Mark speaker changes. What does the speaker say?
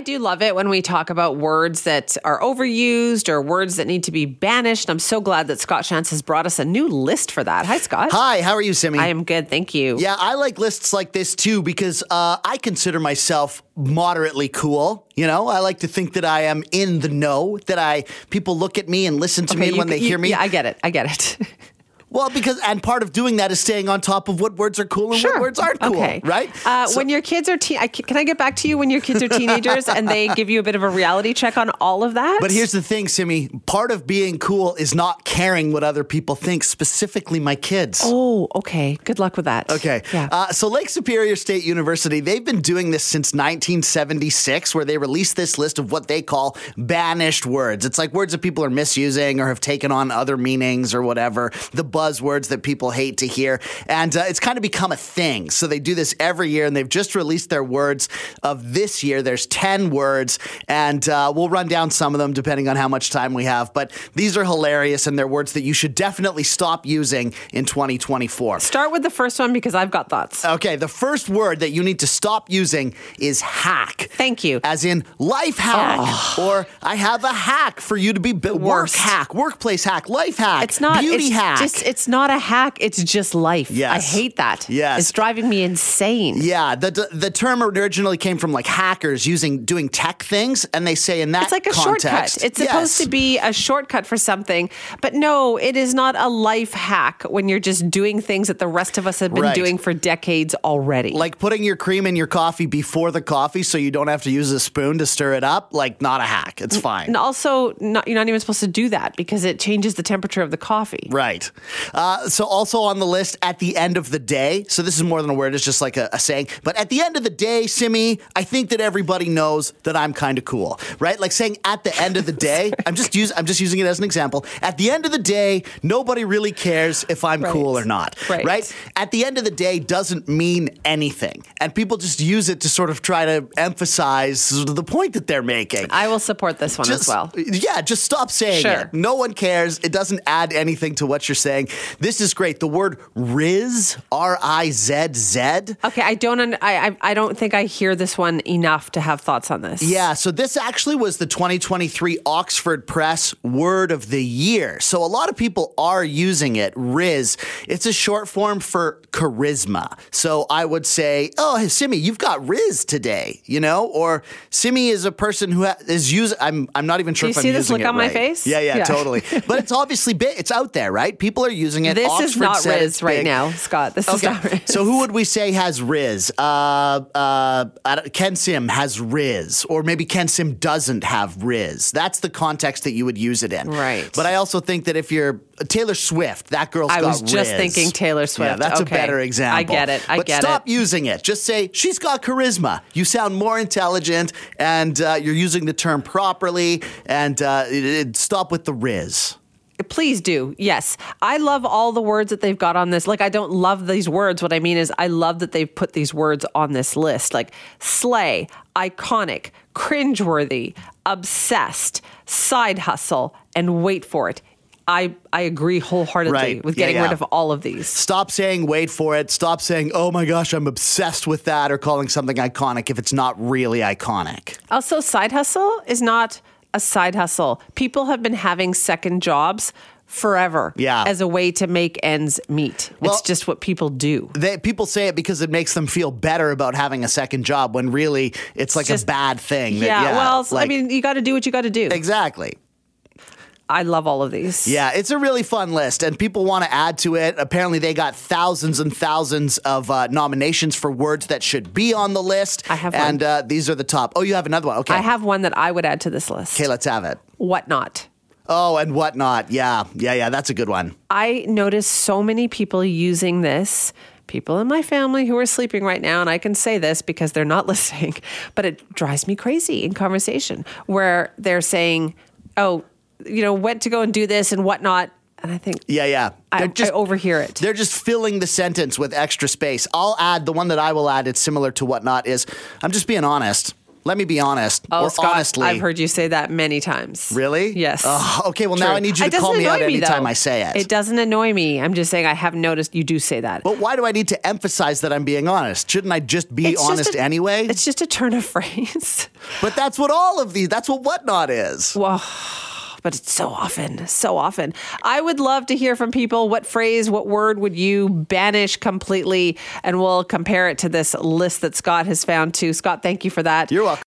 Speaker 1: I do love it when we talk about words that are overused or words that need to be banished. I'm so glad that Scott Chance has brought us a new list for that. Hi, Scott.
Speaker 2: Hi, how are you, Simi?
Speaker 1: I am good. Thank you.
Speaker 2: Yeah, I like lists like this too because uh, I consider myself moderately cool. You know, I like to think that I am in the know, that I people look at me and listen to
Speaker 1: Okay,
Speaker 2: me
Speaker 1: you-
Speaker 2: when they
Speaker 1: you-
Speaker 2: hear me.
Speaker 1: Yeah, I get it. I get it.
Speaker 2: well, because and part of doing that is staying on top of what words are cool and
Speaker 1: sure.
Speaker 2: what words aren't cool,
Speaker 1: Okay.
Speaker 2: right?
Speaker 1: Uh,
Speaker 2: So-
Speaker 1: when your kids are teen, I, can I get back to you when your kids are teenagers and they give you a bit of a reality check on all of that?
Speaker 2: But here's the thing, Simi. Part of being cool is not caring what other people think, specifically my kids.
Speaker 1: oh, okay. Good luck with that.
Speaker 2: Okay.
Speaker 1: Yeah.
Speaker 2: Uh, so Lake Superior State University, they've been doing this since 1976, where they released this list of what they call banished words. It's like words that people are misusing or have taken on other meanings or whatever, the buzzwords that people hate to hear. And uh, it's kind of become a thing. So they do this every year, and they've just released their words of this year. There's 10 words, and uh, we'll run down some of them depending on how much time we have. But these are hilarious, and they're words that you should definitely stop using in 2024.
Speaker 1: Start with the first one because I've got thoughts.
Speaker 2: Okay, the first word that you need to stop using is hack.
Speaker 1: Thank you.
Speaker 2: As in life hack, or I have a hack for you to be b- work
Speaker 1: Ah. worst.
Speaker 2: hack, workplace hack, life hack,
Speaker 1: It's not
Speaker 2: beauty
Speaker 1: it's
Speaker 2: hack.
Speaker 1: Just, it's not a hack. It's just life. I
Speaker 2: Yes.
Speaker 1: hate that.
Speaker 2: Yes.
Speaker 1: it's driving me insane.
Speaker 2: yeah, the, the the term originally came from like hackers using doing tech things, and they say in that
Speaker 1: It's like a
Speaker 2: context,
Speaker 1: shortcut. It's supposed
Speaker 2: yes.
Speaker 1: to be a shortcut for something, but no, it is not a life hack when you're just doing things that the rest of us have been
Speaker 2: Right.
Speaker 1: doing for decades already.
Speaker 2: like putting your cream in your coffee before the coffee, so you don't have to use a spoon to stir it up. Like not a hack. It's fine.
Speaker 1: and also, not, you're not even supposed to do that because it changes the temperature of the coffee.
Speaker 2: Right. Uh, so also on the list at the end of the day. So this is more than a word; it's just like a, a saying. But at the end of the day, Simi, I think that everybody knows that I'm kind of cool, right? Like saying at the end of the day. I'm just use I'm just using it as an example. At the end of the day, nobody really cares if I'm
Speaker 1: Right.
Speaker 2: cool or not,
Speaker 1: Right.
Speaker 2: right? At the end of the day doesn't mean anything, and people just use it to sort of try to emphasize sort of the point that they're making
Speaker 1: I will support this one as well.
Speaker 2: yeah, just stop saying
Speaker 1: Sure.
Speaker 2: it. No one cares. It doesn't add anything to what you're saying. This is great. The word riz, R I Z Z.
Speaker 1: Okay, I don't. Un- I, I I don't think I hear this one enough to have thoughts on this.
Speaker 2: Yeah, so this actually was the 2023 Oxford Press Word of the Year. So a lot of people are using it, riz. It's a short form for charisma. So I would say, oh, hey, Simi, you've got riz today, you know? Or Simi is a person who ha- is using, I'm, I'm not even sure
Speaker 1: you
Speaker 2: if I'm
Speaker 1: see this
Speaker 2: using
Speaker 1: look
Speaker 2: it
Speaker 1: on my
Speaker 2: right.
Speaker 1: face?
Speaker 2: Yeah, yeah,
Speaker 1: Yeah.
Speaker 2: totally. But it's obviously, big, it's out there, right? People are using it.
Speaker 1: This is
Speaker 2: Oxford
Speaker 1: not
Speaker 2: said
Speaker 1: Riz
Speaker 2: it's
Speaker 1: right
Speaker 2: big.
Speaker 1: now, Scott. This is
Speaker 2: Okay.
Speaker 1: not Riz.
Speaker 2: So who would we say has Riz? Uh, uh, I don't- Ken Sim has Riz, or maybe Ken Sim doesn't have Riz. That's the context that you would use it in.
Speaker 1: Right.
Speaker 2: But I also think that if you're Taylor Swift, that girl's
Speaker 1: I
Speaker 2: got
Speaker 1: was just
Speaker 2: Riz.
Speaker 1: thinking Taylor
Speaker 2: Yeah,
Speaker 1: Swift.
Speaker 2: that's
Speaker 1: Okay.
Speaker 2: a better
Speaker 1: I
Speaker 2: example.
Speaker 1: get it. I
Speaker 2: but
Speaker 1: get
Speaker 2: stop
Speaker 1: it.
Speaker 2: using it. Just say she's got charisma. You sound more intelligent, and uh, you're using the term properly. And uh, it- it- stop with the Riz.
Speaker 1: Please do. Yes. I love all the words that they've got on this. Like, I don't love these words. What I mean is, I love that they've put these words on this list like slay, iconic, cringeworthy, obsessed, side hustle, and wait for it. I, I agree wholeheartedly
Speaker 2: Right.
Speaker 1: with
Speaker 2: Yeah,
Speaker 1: getting rid
Speaker 2: yeah.
Speaker 1: of all of these.
Speaker 2: Stop saying wait for it. Stop saying, oh my gosh, I'm obsessed with that or calling something iconic if it's not really iconic.
Speaker 1: Also, side hustle is not a side hustle. People have been having second jobs forever
Speaker 2: Yeah.
Speaker 1: as a way to make ends meet.
Speaker 2: Well-
Speaker 1: it's just what people do.
Speaker 2: They, people say it because it makes them feel better about having a second job when really it's like
Speaker 1: just-
Speaker 2: a bad thing. that-
Speaker 1: yeah, well, I
Speaker 2: like-
Speaker 1: mean, you got to do what you got to do.
Speaker 2: exactly.
Speaker 1: I love all of these.
Speaker 2: Yeah, it's a really fun list, and people want to add to it. Apparently, they got thousands and thousands of uh, nominations for words that should be on the list.
Speaker 1: I have one.
Speaker 2: and uh, these are the top. Oh, you have another one. Okay,
Speaker 1: I have one that I would add to this list.
Speaker 2: Okay, let's have it.
Speaker 1: Whatnot.
Speaker 2: Oh, and whatnot. Yeah, yeah, yeah. That's a good one.
Speaker 1: I notice so many people using this. People in my family who are sleeping right now, and I can say this because they're not listening, but it drives me crazy in conversation where they're saying, oh, you know, went to go and do this and whatnot. And I think
Speaker 2: Yeah, yeah.
Speaker 1: I,
Speaker 2: They're just-
Speaker 1: I overhear it.
Speaker 2: They're just filling the sentence with extra space. I'll add the one that I will add. It's similar to whatnot. Is I'm just being honest. Let me be honest.
Speaker 1: Oh,
Speaker 2: or
Speaker 1: Scott,
Speaker 2: honestly.
Speaker 1: I've heard you say that many times.
Speaker 2: Really?
Speaker 1: Yes.
Speaker 2: Ugh, okay, well, now
Speaker 1: True.
Speaker 2: I need you
Speaker 1: It
Speaker 2: to call
Speaker 1: doesn't
Speaker 2: me out
Speaker 1: annoy though.
Speaker 2: anytime I say it.
Speaker 1: It doesn't annoy me. I'm just saying I have noticed you do say that.
Speaker 2: But why do I need to emphasize that I'm being honest? Shouldn't I just be
Speaker 1: It's just
Speaker 2: honest
Speaker 1: a-
Speaker 2: anyway?
Speaker 1: It's just a turn of phrase.
Speaker 2: But that's what all of these, that's what whatnot is.
Speaker 1: but it's so often, so often. I would love to hear from people what phrase, what word would you banish completely? And we'll compare it to this list that Scott has found too. Scott, thank you for that.
Speaker 2: You're welcome.